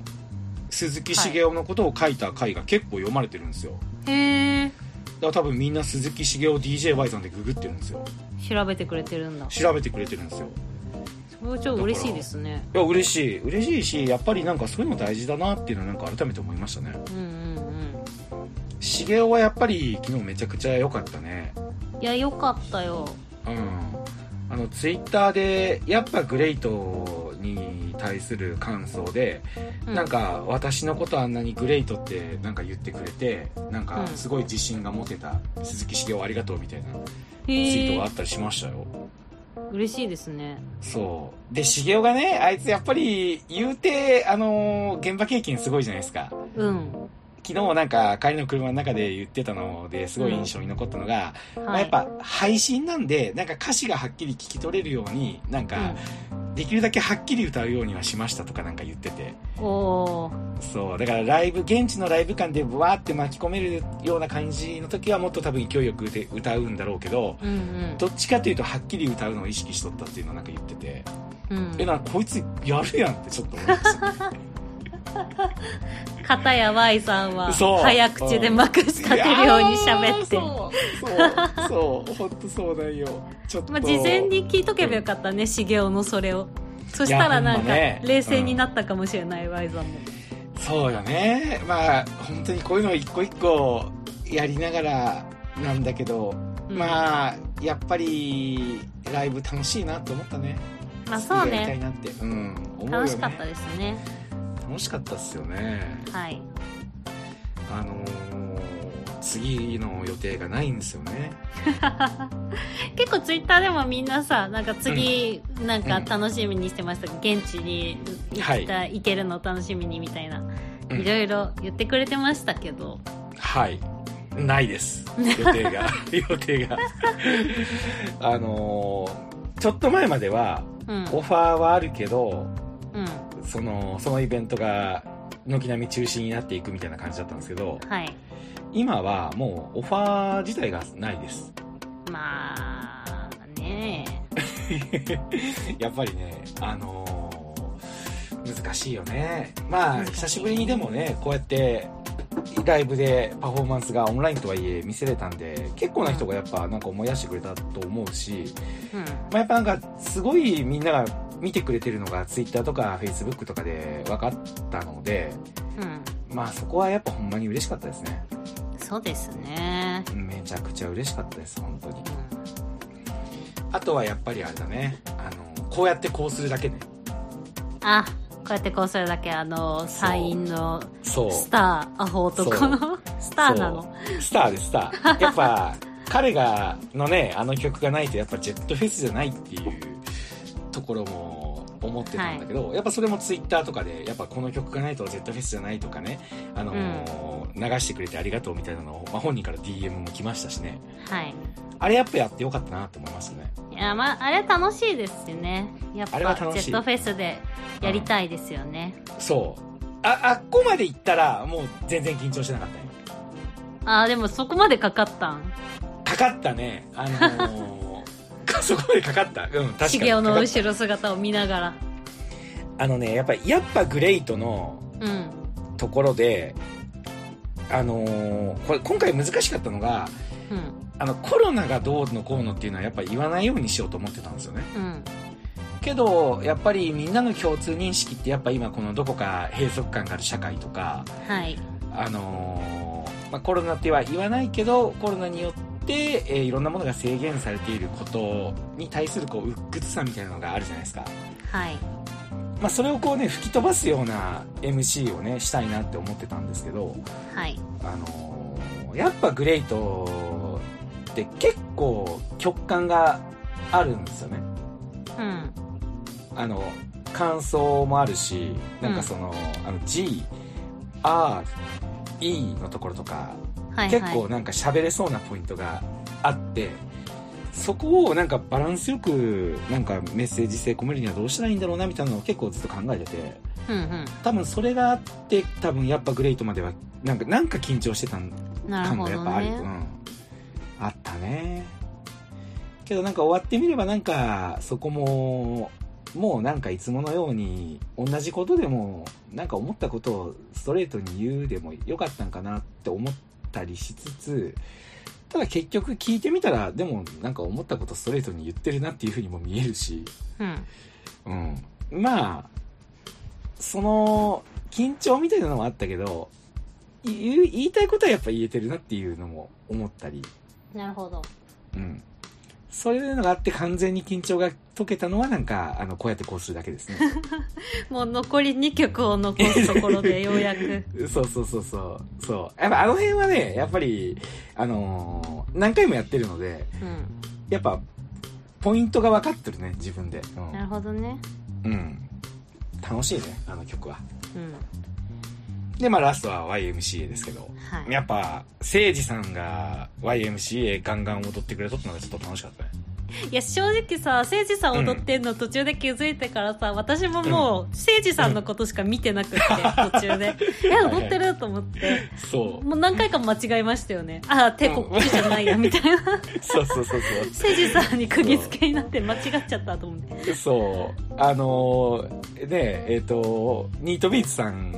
Speaker 1: 鈴木茂雄のことを書いた回が結構読まれてるんですよ
Speaker 2: へえ
Speaker 1: だから多分みんな鈴木茂雄 DJY さんでググってるんですよ
Speaker 2: 調べてくれてるんだ
Speaker 1: 調べてくれてるんですよ
Speaker 2: それはちょっと嬉しいですね
Speaker 1: いや嬉しい嬉しいしやっぱりなんかそういうの大事だなっていうのはなんか改めて思いましたね
Speaker 2: うんうん
Speaker 1: 茂雄はやっぱり昨日めちゃくちゃ良かったね
Speaker 2: うんいや良かったよ
Speaker 1: うん、あのツイッターでやっぱグレイトに対する感想で、
Speaker 2: う
Speaker 1: なんか私のことあんなにグレイトってなんか言ってくれてなんか
Speaker 2: うん
Speaker 1: すごい自信が持てた、鈴木茂雄ありがとうみたいなツ
Speaker 2: へ
Speaker 1: イートがあ
Speaker 2: え
Speaker 1: ったりしましたよ、
Speaker 2: 嬉しいですね
Speaker 1: そうで茂雄がねあいつやっぱり言うてあのー現場経験すごいじゃないですか
Speaker 2: うん
Speaker 1: 昨日なんか帰りの車の中で言ってたのですごい印象に残ったのが、まあ
Speaker 2: は
Speaker 1: やっ
Speaker 2: い
Speaker 1: ぱ配信なんでなんか歌詞がはっきり聞き取れるようになんかできるだけはっきり歌うようにはしましたとかなんか言ってて
Speaker 2: うんおー
Speaker 1: そうだからライブ現地のライブ感でわーって巻き込めるような感じの時はもっと多分勢いよくで歌うんだろうけど
Speaker 2: うんうん
Speaker 1: どっちかというとはっきり歌うのを意識しとったっていうのをなんか言ってて、
Speaker 2: うん
Speaker 1: えなんかこいつやるやんってちょっと思 いました
Speaker 2: 片や Y さんは
Speaker 1: そう
Speaker 2: 早口でまくし立てるように喋って
Speaker 1: いやーそうそうそう本当そうだよちょっと、
Speaker 2: まあ、事前に聞いとけばよかったね、茂雄のそれを。そしたらなん
Speaker 1: い
Speaker 2: か、
Speaker 1: やほんまね
Speaker 2: 冷静になったかもしれない、ワイザンも。
Speaker 1: そうよねまあ本当にこういうのを一個一個やりながらなんだけど、
Speaker 2: うん
Speaker 1: まあやっぱりライブ楽しいなって思ったね
Speaker 2: まあそう
Speaker 1: やりたい
Speaker 2: ね。
Speaker 1: なって、うん、思うよね
Speaker 2: 楽しかったですね。
Speaker 1: 楽しかったっすよね
Speaker 2: はい。
Speaker 1: あのー次の予定がないんですよね
Speaker 2: 結構ツイッターでもみんなさ、なんか次、なんか楽しみにしてました。現地に行
Speaker 1: は
Speaker 2: き
Speaker 1: い
Speaker 2: た、い、行けるの楽しみにみたいな。
Speaker 1: うん
Speaker 2: いろいろ言ってくれてましたけど。
Speaker 1: はいない です予定が予定があのーちょっと前までは
Speaker 2: うん。
Speaker 1: オファーはあるけど
Speaker 2: うん。
Speaker 1: そのそのイベントが軒並み中止になっていくみたいな感じだったんですけど
Speaker 2: はい。
Speaker 1: 今はもうオファー自体がないです
Speaker 2: まあ、ね
Speaker 1: やっぱりねあのー難しいよねまあ
Speaker 2: 難しい
Speaker 1: 久しぶりにでもねこうやってライブでパフォーマンスがオンラインとはいえ見せれたんで結構な人がやっぱなんか思い出してくれたと思うし、
Speaker 2: うん。
Speaker 1: まあ、やっぱなんかすごいみんなが見てくれてるのが Twitter とか Facebook とかで分かったので
Speaker 2: うん。
Speaker 1: まあそこはやっぱほんまに嬉しかったですね
Speaker 2: そうですね。
Speaker 1: めちゃくちゃ嬉しかったです本当に
Speaker 2: うん
Speaker 1: あとはやっぱりあれだねあのこうやってこうするだけね
Speaker 2: あこうやってこうするだけあのサインの
Speaker 1: そう
Speaker 2: スターアホ男のスターなの
Speaker 1: そうスターですスタ ーやっぱ彼がのねあの曲がないとやっぱジェットフェスじゃないっていうところも思ってたんだけど、やっぱそれもツイッターとかでやっぱこの曲がないとジェットフェスじゃないとかねあのー流してくれてありがとうみたいなのを、まあ、本人から DM も来ましたしね
Speaker 2: はい
Speaker 1: あれやっぱやってよかったなって思いますね
Speaker 2: いやまああれ楽しいですよねやっぱ
Speaker 1: あれ
Speaker 2: ジ
Speaker 1: は楽しい
Speaker 2: ェットフェスでやりたいですよね、
Speaker 1: そうああっこまで行ったらもう全然緊張してなかったよ
Speaker 2: あでもそこまでかかったん
Speaker 1: かかったねあのー かそこまでかかったうん確かに
Speaker 2: 茂雄の
Speaker 1: かかっ
Speaker 2: 後ろ姿を見ながら
Speaker 1: たあのねやっぱやっぱグレイトの
Speaker 2: うん
Speaker 1: ところであのーこれ今回難しかったのが
Speaker 2: うん
Speaker 1: あの、コロナがどうのこうのっていうのはやっぱ言わないようにしようと思ってたんですよね。
Speaker 2: うん
Speaker 1: けど、やっぱりみんなの共通認識ってやっぱ今このどこか閉塞感がある社会とか、
Speaker 2: はい
Speaker 1: あのーまあ、コロナっては言わないけど、コロナによって、えーいろんなものが制限されていることに対するこう、鬱屈さみたいなのがあるじゃないですか。
Speaker 2: はい
Speaker 1: まあ、それをこうね、吹き飛ばすような MC をね、したいなって思ってたんですけど、
Speaker 2: はい
Speaker 1: あのーやっぱグレイトって結構曲感があるんですよね。
Speaker 2: うん
Speaker 1: あの、感想もあるし、なんかその、あの G、R、E のところとか、
Speaker 2: はい
Speaker 1: 結
Speaker 2: はい
Speaker 1: 構なんか喋れそうなポイントがあって、そこをなんかバランスよくなんかメッセージ性込めるにはどうしたらいいんだろうなみたいなのを結構ずっと考えてて、
Speaker 2: うん
Speaker 1: 多分それがあって、多分やっぱグレイトまではなんか、なんか緊張してたん
Speaker 2: うんなる
Speaker 1: 感が
Speaker 2: ほ
Speaker 1: やっ
Speaker 2: ど
Speaker 1: ぱある、う
Speaker 2: ね
Speaker 1: ん、あったねけどなんか終わってみればなんかそこももうなんかいつものように同じことでもなんか思ったことをストレートに言うでもよかったんかなって思ったりしつつただ結局聞いてみたらでもなんか思ったことストレートに言ってるなっていうふうにも見えるし
Speaker 2: うん
Speaker 1: うん、まあその緊張みたいなのもあったけど言う言いたいことはやっぱ言えてるなっていうのも思ったり、
Speaker 2: なるほど
Speaker 1: うん、そういうのがあって完全に緊張が解けたのはなんかあのこうやってこうするだけですね
Speaker 2: もう残り2曲を残すところでようやく
Speaker 1: そうそうそうそうそうやっぱあの辺はねやっぱりあのー何回もやってるので
Speaker 2: うん
Speaker 1: やっぱポイントが分かってるね自分で、
Speaker 2: なるほどね
Speaker 1: うんうん、楽しいねあの曲は
Speaker 2: うん
Speaker 1: でまあラストは YMCA ですけど
Speaker 2: はい
Speaker 1: やっぱ、誠治さんが YMCA ガンガン踊ってくれとったのがちょっと楽しかったね。
Speaker 2: いや正直さ誠司さん踊ってんの途中で気づいてからさ、私ももう誠司さんのことしか見てなくって、途中 でえ
Speaker 1: はい
Speaker 2: 踊ってると思って
Speaker 1: そ
Speaker 2: もう何回か間違えましたよねああ手こっちじゃないやみたい な誠
Speaker 1: う。そうそうそうそ
Speaker 2: 司さんに釘付けになって間違っちゃったと思って
Speaker 1: う。そう。あのー、ねえ、っ、と、ニートビーツさん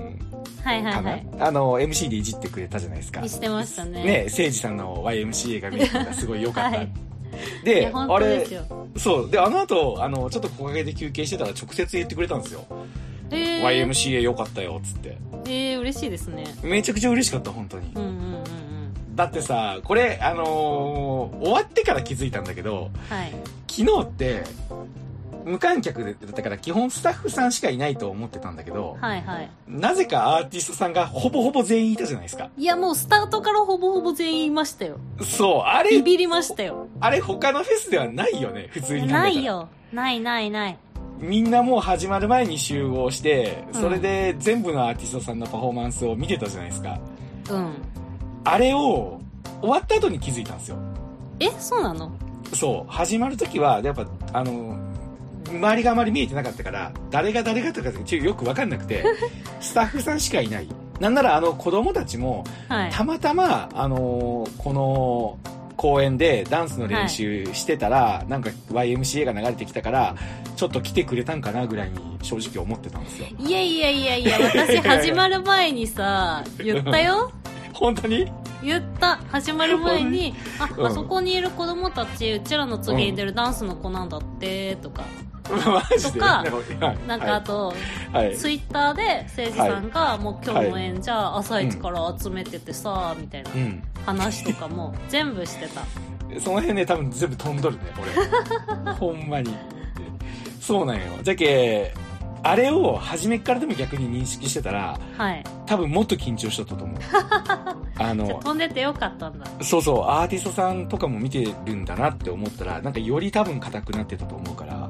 Speaker 2: はいは
Speaker 1: か
Speaker 2: い
Speaker 1: な、
Speaker 2: はい
Speaker 1: あの、MC でいじってくれたじゃないですか。
Speaker 2: 見せてましたね
Speaker 1: ね誠治さんの YMCA が見えたのがすごい良かった。
Speaker 2: はいい
Speaker 1: で、
Speaker 2: や本
Speaker 1: あ
Speaker 2: 当です
Speaker 1: れ、
Speaker 2: よ
Speaker 1: そう。で、あの後、あの、ちょっと木陰で休憩してたら直接言ってくれたんですよ。
Speaker 2: えー、
Speaker 1: YMCA 良かったよ、つって。
Speaker 2: えー、嬉しいですね
Speaker 1: めちゃくちゃ嬉しかった、本当に
Speaker 2: う。んうんうんうん
Speaker 1: だってさ、これ、あのー終わってから気づいたんだけど、
Speaker 2: はい
Speaker 1: 昨日って、無観客で、だから基本スタッフさんしかいないと思ってたんだけど、
Speaker 2: はいはい
Speaker 1: なぜかアーティストさんがほぼほぼ全員いたじゃないですか。
Speaker 2: いやもうスタートからほぼほぼ全員いましたよ
Speaker 1: そう、あれ
Speaker 2: ビ、ビりましたよ
Speaker 1: あれ他のフェスではないよね、普通に考えたら。
Speaker 2: ない。よないないない
Speaker 1: みんなもう始まる前に集合して、それで全部のアーティストさんのパフォーマンスを見てたじゃないですか。
Speaker 2: うん
Speaker 1: あれを、終わった後に気づいたんですよ。
Speaker 2: えそうなの
Speaker 1: そう、始まる時は、やっぱ、あの、周りがあまり見えてなかったから、誰が誰がとかちょっとよくわかんなく て、スタッフさんしかいない。なんなら、あの、子供たちも、
Speaker 2: はい
Speaker 1: たまたま、あのーこの、公園でダンスの練習してたら、なんか YMCA が流れてきたから、ちょっと来てくれたんかなぐらいに正直思ってたん ですよ。
Speaker 2: いやいやいやいや私始まる前 にさ言ったよ
Speaker 1: 本当に
Speaker 2: 言った始まる前に「あ、
Speaker 1: うん
Speaker 2: あそこにいる子供たちうちらの次に出るダンスの子なんだって」とか
Speaker 1: マジで
Speaker 2: とか
Speaker 1: はい
Speaker 2: なんかあと、
Speaker 1: はいはい
Speaker 2: ツイッターで誠司さんが「もう今日の縁じゃあ朝一から集めててさ」みたいな
Speaker 1: うん。
Speaker 2: 話とかも全部してた
Speaker 1: その辺ね、多分全部飛んどるね、 俺。ほんまに。そうなんよ。じゃけ、あれを初めっからでも逆に認識してたら、
Speaker 2: はい
Speaker 1: 多分もっと緊張しとった と思う。あ
Speaker 2: じゃあ
Speaker 1: の、
Speaker 2: 飛んでてよかったんだ
Speaker 1: そうそう、アーティストさんとかも見てるんだなって思ったら、なんかより多分硬くなってたと思う から、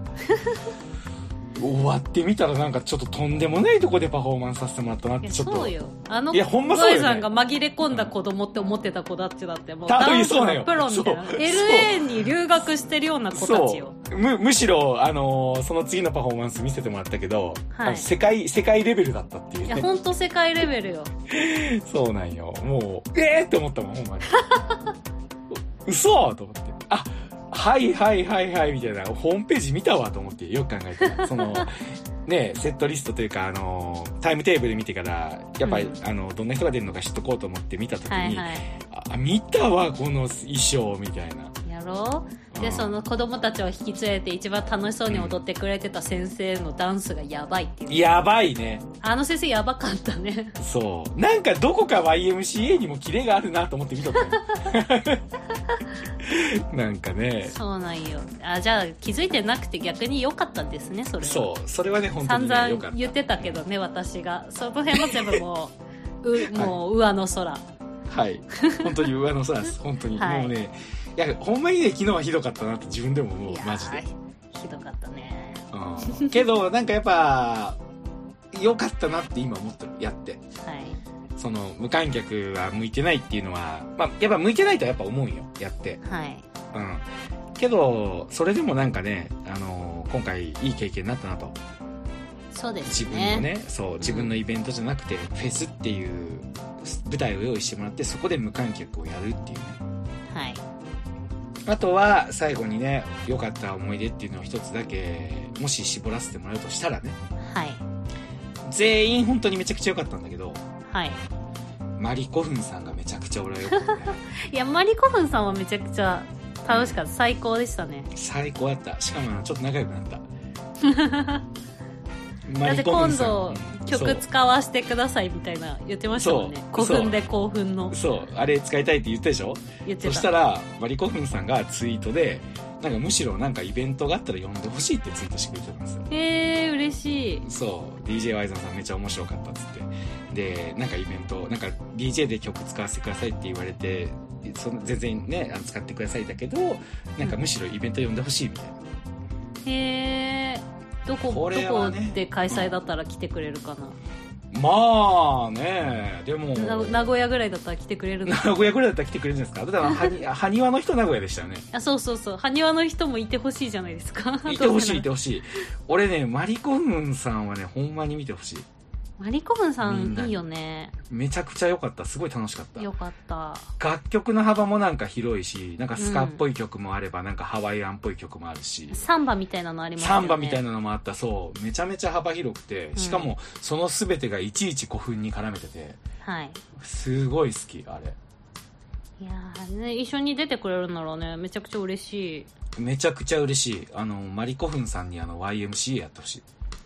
Speaker 1: 終わってみたらなんかちょっととんでもないとこでパフォーマンスさせてもらったなっ
Speaker 2: い
Speaker 1: て、
Speaker 2: や
Speaker 1: ちょっと。
Speaker 2: そうよあの
Speaker 1: いやほんまそうよね
Speaker 2: ロイさんが紛れ込んだ子供って思ってた子だってだってもう
Speaker 1: 多分
Speaker 2: ダンス
Speaker 1: そうなの
Speaker 2: の
Speaker 1: よ
Speaker 2: プロみたいな
Speaker 1: そう
Speaker 2: LA に留学してるような子たちよ
Speaker 1: そうむむしろ、あのーその次のパフォーマンス見せてもらったけど、
Speaker 2: はい
Speaker 1: あの世界世界レベルだったっていう
Speaker 2: い
Speaker 1: ね
Speaker 2: やほんと世界レベルよ
Speaker 1: そうなんよもうえー、って思ったもんほん まにう嘘と思ってあはいはいはいはいみたいなホームページ見たわと思ってよく考えて たそのねセットリストというか、あのータイムテーブル見てからやっぱり、
Speaker 2: う
Speaker 1: あのどんな人が出るのか知っとこうと思って見た時に、
Speaker 2: はいはい
Speaker 1: ああ見たわこの衣装みたいな
Speaker 2: やろう
Speaker 1: う
Speaker 2: で
Speaker 1: ん
Speaker 2: その子供たちを引き連れて一番楽しそうに踊ってくれてた先生のダンスがやばいっていう
Speaker 1: やばいね
Speaker 2: あの先生やばかったね
Speaker 1: そうなんかどこか YMCA にもキレがあるなと思って見とった よなんかね
Speaker 2: そうなんよあじゃあ気づいてなくて逆に良かったんですねそれは
Speaker 1: そうそれはね本当
Speaker 2: 散
Speaker 1: に、ね、よか
Speaker 2: 々
Speaker 1: った
Speaker 2: 言ってたけどね私がその辺も全部もううもう上の空
Speaker 1: はい本当に上の空 です本当に、
Speaker 2: はい
Speaker 1: もうねいやほんまにね昨日はひどかったなって自分でももう
Speaker 2: いやー
Speaker 1: マジで
Speaker 2: ひどかったね
Speaker 1: うんけどなんかやっぱ良かったなって今思ってるやって
Speaker 2: はい
Speaker 1: その無観客は向いてないっていうのは、まあ、やっぱ向いてないとはやっぱ思うんよやって
Speaker 2: はい
Speaker 1: うんけどそれでもなんかね、あの今回いい経験になったなと
Speaker 2: そうです
Speaker 1: 自分
Speaker 2: ね
Speaker 1: のねそう自分のイベントじゃなくてフェスっていう舞台を用意してもらってそこで無観客をやるっていうね
Speaker 2: はい
Speaker 1: あとは最後にね良かった思い出っていうのを一つだけもし絞らせてもらうとしたらね
Speaker 2: はい
Speaker 1: 全員本当にめちゃくちゃ良かったんだけど
Speaker 2: はい
Speaker 1: マリコフンさんがめちゃくちゃ俺は良かったね
Speaker 2: いやマリコフンさんはめちゃくちゃ楽しかった最高でしたね
Speaker 1: 最高やったしかもあのちょっと仲良くなった
Speaker 2: だ
Speaker 1: マ
Speaker 2: って
Speaker 1: リコフ
Speaker 2: 今
Speaker 1: ンさん
Speaker 2: 度
Speaker 1: うん
Speaker 2: 曲使わせてくださいみたいな言ってましたもんね
Speaker 1: そう
Speaker 2: 古墳で興奮の
Speaker 1: そうそうあれ使いたいって言ったでしょ
Speaker 2: 言って
Speaker 1: そ
Speaker 2: た
Speaker 1: したらマリコフンさんがツイートでなんかむしろなんかイベントがあったら呼んでほしいってツイートしてくれてたんですよ
Speaker 2: えー、嬉しい
Speaker 1: そう d j ワイザーさんめっちゃ面白かったっつってでなんかイベントなんか DJ で曲使わせてくださいって言われてその全然ねあの使ってくださいだけどなんかむしろイベント呼んでほしいみたいな、
Speaker 2: えー、どこ
Speaker 1: これ
Speaker 2: どこ
Speaker 1: はね
Speaker 2: で開催だったら来てくれるかな、
Speaker 1: まあねでも
Speaker 2: な名古屋ぐらいだったら来てくれるの
Speaker 1: 名古屋ぐらいだったら来てくれるんですかだからはに埴輪の人名古屋でしたよね
Speaker 2: あそうそうそう埴輪の人もいてほしいじゃないですか
Speaker 1: いてほしいい
Speaker 2: どうせなら
Speaker 1: てほしい俺ねマリコフンさんはねほんまに見てほしい
Speaker 2: マリコフンさ
Speaker 1: みん
Speaker 2: ん
Speaker 1: ない
Speaker 2: いよね
Speaker 1: めちゃくちゃ良かったすごい楽しかった
Speaker 2: よかった
Speaker 1: 楽曲の幅もなんか広いしなんかスカっぽい曲もあれば、なんかハワイアンっぽい曲もあるし
Speaker 2: サンバみたいなのありますよね
Speaker 1: サンバみたい
Speaker 2: な
Speaker 1: なのもあったそうめちゃめちゃ幅広くてしかもその全てがいちいち古墳に絡めてて
Speaker 2: はい
Speaker 1: すごい好きあれ
Speaker 2: いやーね一緒に出てくれるならねめちゃくちゃ嬉しい
Speaker 1: めちゃくちゃ嬉しいあのマリコフンさんにあの YMCA やってほしい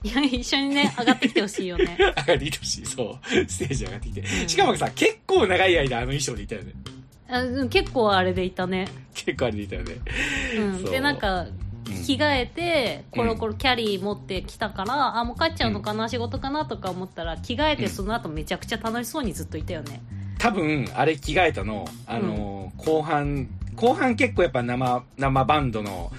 Speaker 2: いや、一緒にね、上がってきてほしいよ ね。
Speaker 1: 上がってきてほしいそうステージ上がってきてしかもさ結構長い間あの衣装でいたよね
Speaker 2: あうん結構あれでいたね。
Speaker 1: 結構あれでいたよね
Speaker 2: うん。
Speaker 1: そう
Speaker 2: で、なんか、
Speaker 1: うん
Speaker 2: 着替えて、
Speaker 1: うん
Speaker 2: コロコロキャリー持ってきたから、あ、もう帰っちゃうのかな、仕事かなとか思ったら、着替え
Speaker 1: う
Speaker 2: て
Speaker 1: ん
Speaker 2: その後めちゃくちゃ楽しそうにずっといたよね。
Speaker 1: 多分あれ着替えたの、あの後半後半結構やっぱ生生バンドの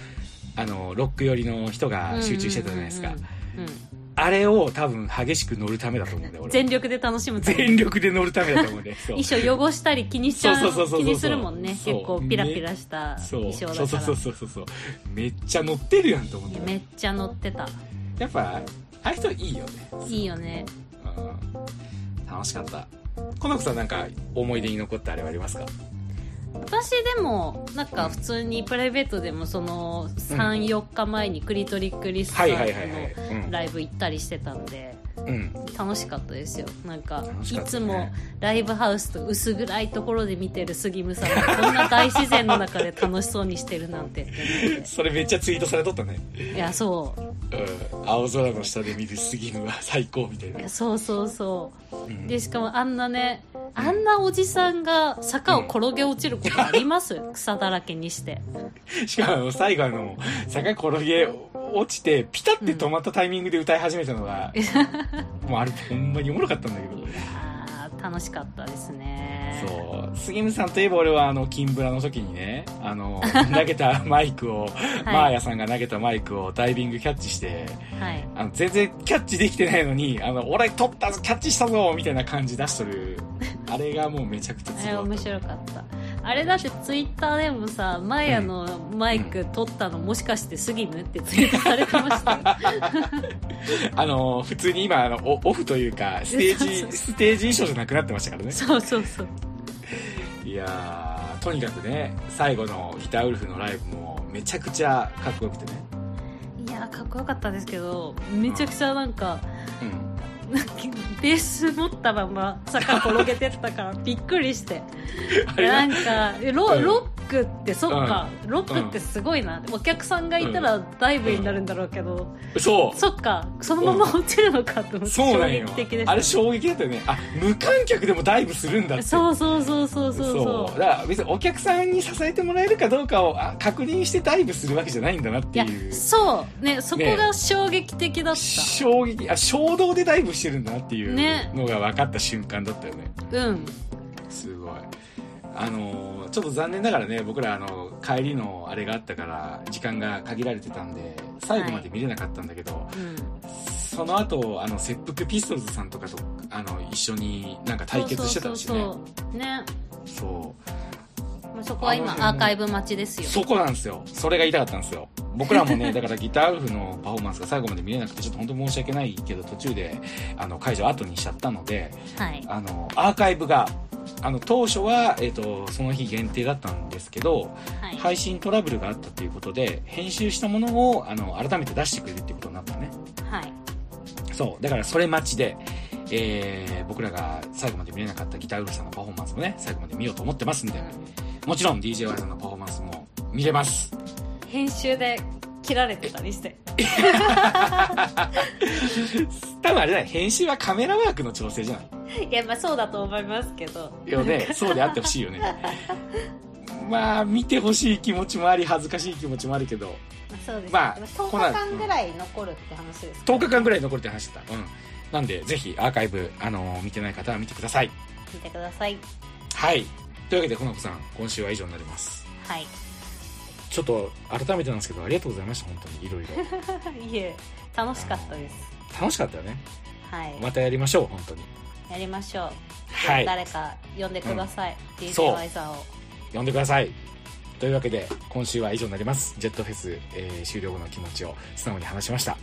Speaker 1: あのロック寄りの人が集中してたじゃないですか、
Speaker 2: うんうんうんうん。
Speaker 1: あれを多分激しく乗るためだと思うんだよ
Speaker 2: うん
Speaker 1: 俺
Speaker 2: 全力で楽しむために
Speaker 1: 全力で乗るためだと思うんだよそう
Speaker 2: 衣装汚したり気にしちゃ
Speaker 1: そう
Speaker 2: う
Speaker 1: そうそうそうそう
Speaker 2: 気にするもんね
Speaker 1: そう
Speaker 2: 結構ピラピラした
Speaker 1: そう
Speaker 2: 衣装だ
Speaker 1: そうそ
Speaker 2: か
Speaker 1: うそう
Speaker 2: ら
Speaker 1: そうそうそうめっちゃ乗ってるやんと思って
Speaker 2: めっちゃ乗ってた
Speaker 1: やっぱああいう人いいよね、
Speaker 2: いいよね
Speaker 1: うん、楽しかったこの子さんなんか思い出に残ったあれはありますか
Speaker 2: 私でもなんか普通にプライベートでもその34日前にクリトリックリスさ
Speaker 1: は
Speaker 2: ん
Speaker 1: い
Speaker 2: の
Speaker 1: はいはいはい
Speaker 2: ライブ行ったりしてたんで
Speaker 1: うん、うん、
Speaker 2: 楽しかったですよなんか
Speaker 1: 楽し
Speaker 2: い
Speaker 1: かったね
Speaker 2: つもライブハウスと薄暗いところで見てる杉むさんがこんな大自然の中で楽しそうにしてるなんてって思っ
Speaker 1: それめっちゃツイートされとったね
Speaker 2: ていやそう
Speaker 1: うん、青空の下で見る杉のは最高みたい
Speaker 2: い
Speaker 1: な
Speaker 2: や、そうそうそううんでしかもあんなねあんなおじさんが坂を転げ落ちることあります草だらけにして
Speaker 1: しかもあの最後あの坂転げ落ちてピタって止まったタイミングで歌い始めたのが、もうあれほんまにおもろかったんだけ
Speaker 2: い
Speaker 1: ど
Speaker 2: やー楽しかったですね
Speaker 1: そう杉村さんといえば俺はあの金ブラの時にねあ の投げたマイクを、マーヤさんが投げたマイクをダイビングキャッチして
Speaker 2: はい
Speaker 1: あの全然キャッチできてないのにあの俺取ったぞキャッチしたぞみたいな感じ出しとるあれがもうめちゃくちゃ
Speaker 2: あれ
Speaker 1: 強か
Speaker 2: 面
Speaker 1: った
Speaker 2: 白かったあれだってツイッターでもさマヤのマイク撮ったのもしかして杉ムってツイートされてましたよ
Speaker 1: あの普通に今あのオオフというかステ
Speaker 2: そうそう
Speaker 1: ージステージ衣装じゃなくなってましたからね
Speaker 2: そうそうそう
Speaker 1: いやーとにかくね最後のギターウルフのライブもめちゃくちゃかっこよくてね、
Speaker 2: いやーかっこよかったですけどめちゃくちゃなんか
Speaker 1: うん、
Speaker 2: なんかベース持ったまま坂転げてったからびっくりして
Speaker 1: あれ
Speaker 2: な
Speaker 1: は
Speaker 2: んかえロ
Speaker 1: うん
Speaker 2: ロックってそっか、ロックってすごいな、お客さんがいたらダイブになるんだろうけど、
Speaker 1: そう
Speaker 2: そっかそのまま落ちるのかと思って
Speaker 1: そう
Speaker 2: 衝
Speaker 1: なんよ
Speaker 2: 撃的で
Speaker 1: あれ
Speaker 2: し
Speaker 1: 衝撃だったよねあ無観客でもダイブするんだったて
Speaker 2: そうそうそうそうそうそう
Speaker 1: だから別にお客さんに支えてもらえるかどうかをあ確認してダイブするわけじゃないんだなっ
Speaker 2: い
Speaker 1: て
Speaker 2: や
Speaker 1: いう
Speaker 2: そうねそこが衝撃的だった、
Speaker 1: 衝撃あ衝動でダイブしてるんだなってい
Speaker 2: ね
Speaker 1: うのが分かった瞬間だったよね
Speaker 2: うん
Speaker 1: すごいあのーちょっと残念ながらね僕らあの帰りのあれがあったから時間が限られてたんで最後まで見れなかったんだけど、
Speaker 2: うん
Speaker 1: その後あの切腹ピストルズさんとかとあの一緒になんか対決してたしね
Speaker 2: そうそうそうそうね
Speaker 1: そう
Speaker 2: まあそこは今
Speaker 1: あの
Speaker 2: アーカイブ待ちですよ
Speaker 1: そこなんですよ。それが言いたかったんですよ。僕らも ね、だからギターウルフのパフォーマンスが最後まで見れなくて、ちょっと本当申し訳ないけど、途中で、あの、解除後にしちゃったので、
Speaker 2: はい
Speaker 1: あの、アーカイブが、あの、当初は、えっ、と、その日限定だったんですけど、
Speaker 2: はい、
Speaker 1: 配信トラブルがあったということで、編集したものを、あの、改めて出してくれるっていうことになったね。
Speaker 2: はい、
Speaker 1: そう。だからそれ待ちで、えー、僕らが最後まで見れなかったギターウルフさんのパフォーマンスもね、最後まで見ようと思ってますんで、もちろん DJY さんのパフォーマンスも見れます。
Speaker 2: 編集で切られてたりして
Speaker 1: 多分あれだよ編集はカメラワークの調整じゃない
Speaker 2: いやまあそうだと思いますけど
Speaker 1: よ ねそうであってほしいよねまあ見てほしい気持ちもあり恥ずかしい気持ちもあるけど
Speaker 2: まあそうですね
Speaker 1: まあこんな
Speaker 2: 10日間ぐらい残るって話ですか
Speaker 1: 10日間ぐらい残るって話してたうんなんでぜひアーカイブ、あのー見てない方は見てください
Speaker 2: 見てください
Speaker 1: はいというわけでほなこさん今週は以上になります
Speaker 2: はい
Speaker 1: ちょっと改めてなんですけどありがとうございました本当にいろいろ
Speaker 2: いえ楽しかったです
Speaker 1: 楽しかったよね
Speaker 2: はい、
Speaker 1: またやりましょう本当に
Speaker 2: やりましょう、
Speaker 1: はい
Speaker 2: 誰か呼んでください、
Speaker 1: そう
Speaker 2: DJY さんを
Speaker 1: 呼んでくださいというわけで今週は以上になりますジェットフェス、えー終了後の気持ちを素直に話しました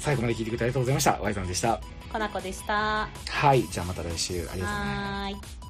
Speaker 1: 最後まで聞いてくれてありがとうございました Y さんでした
Speaker 2: コナコでした
Speaker 1: はいじゃあまた来週ありがとうね
Speaker 2: はーい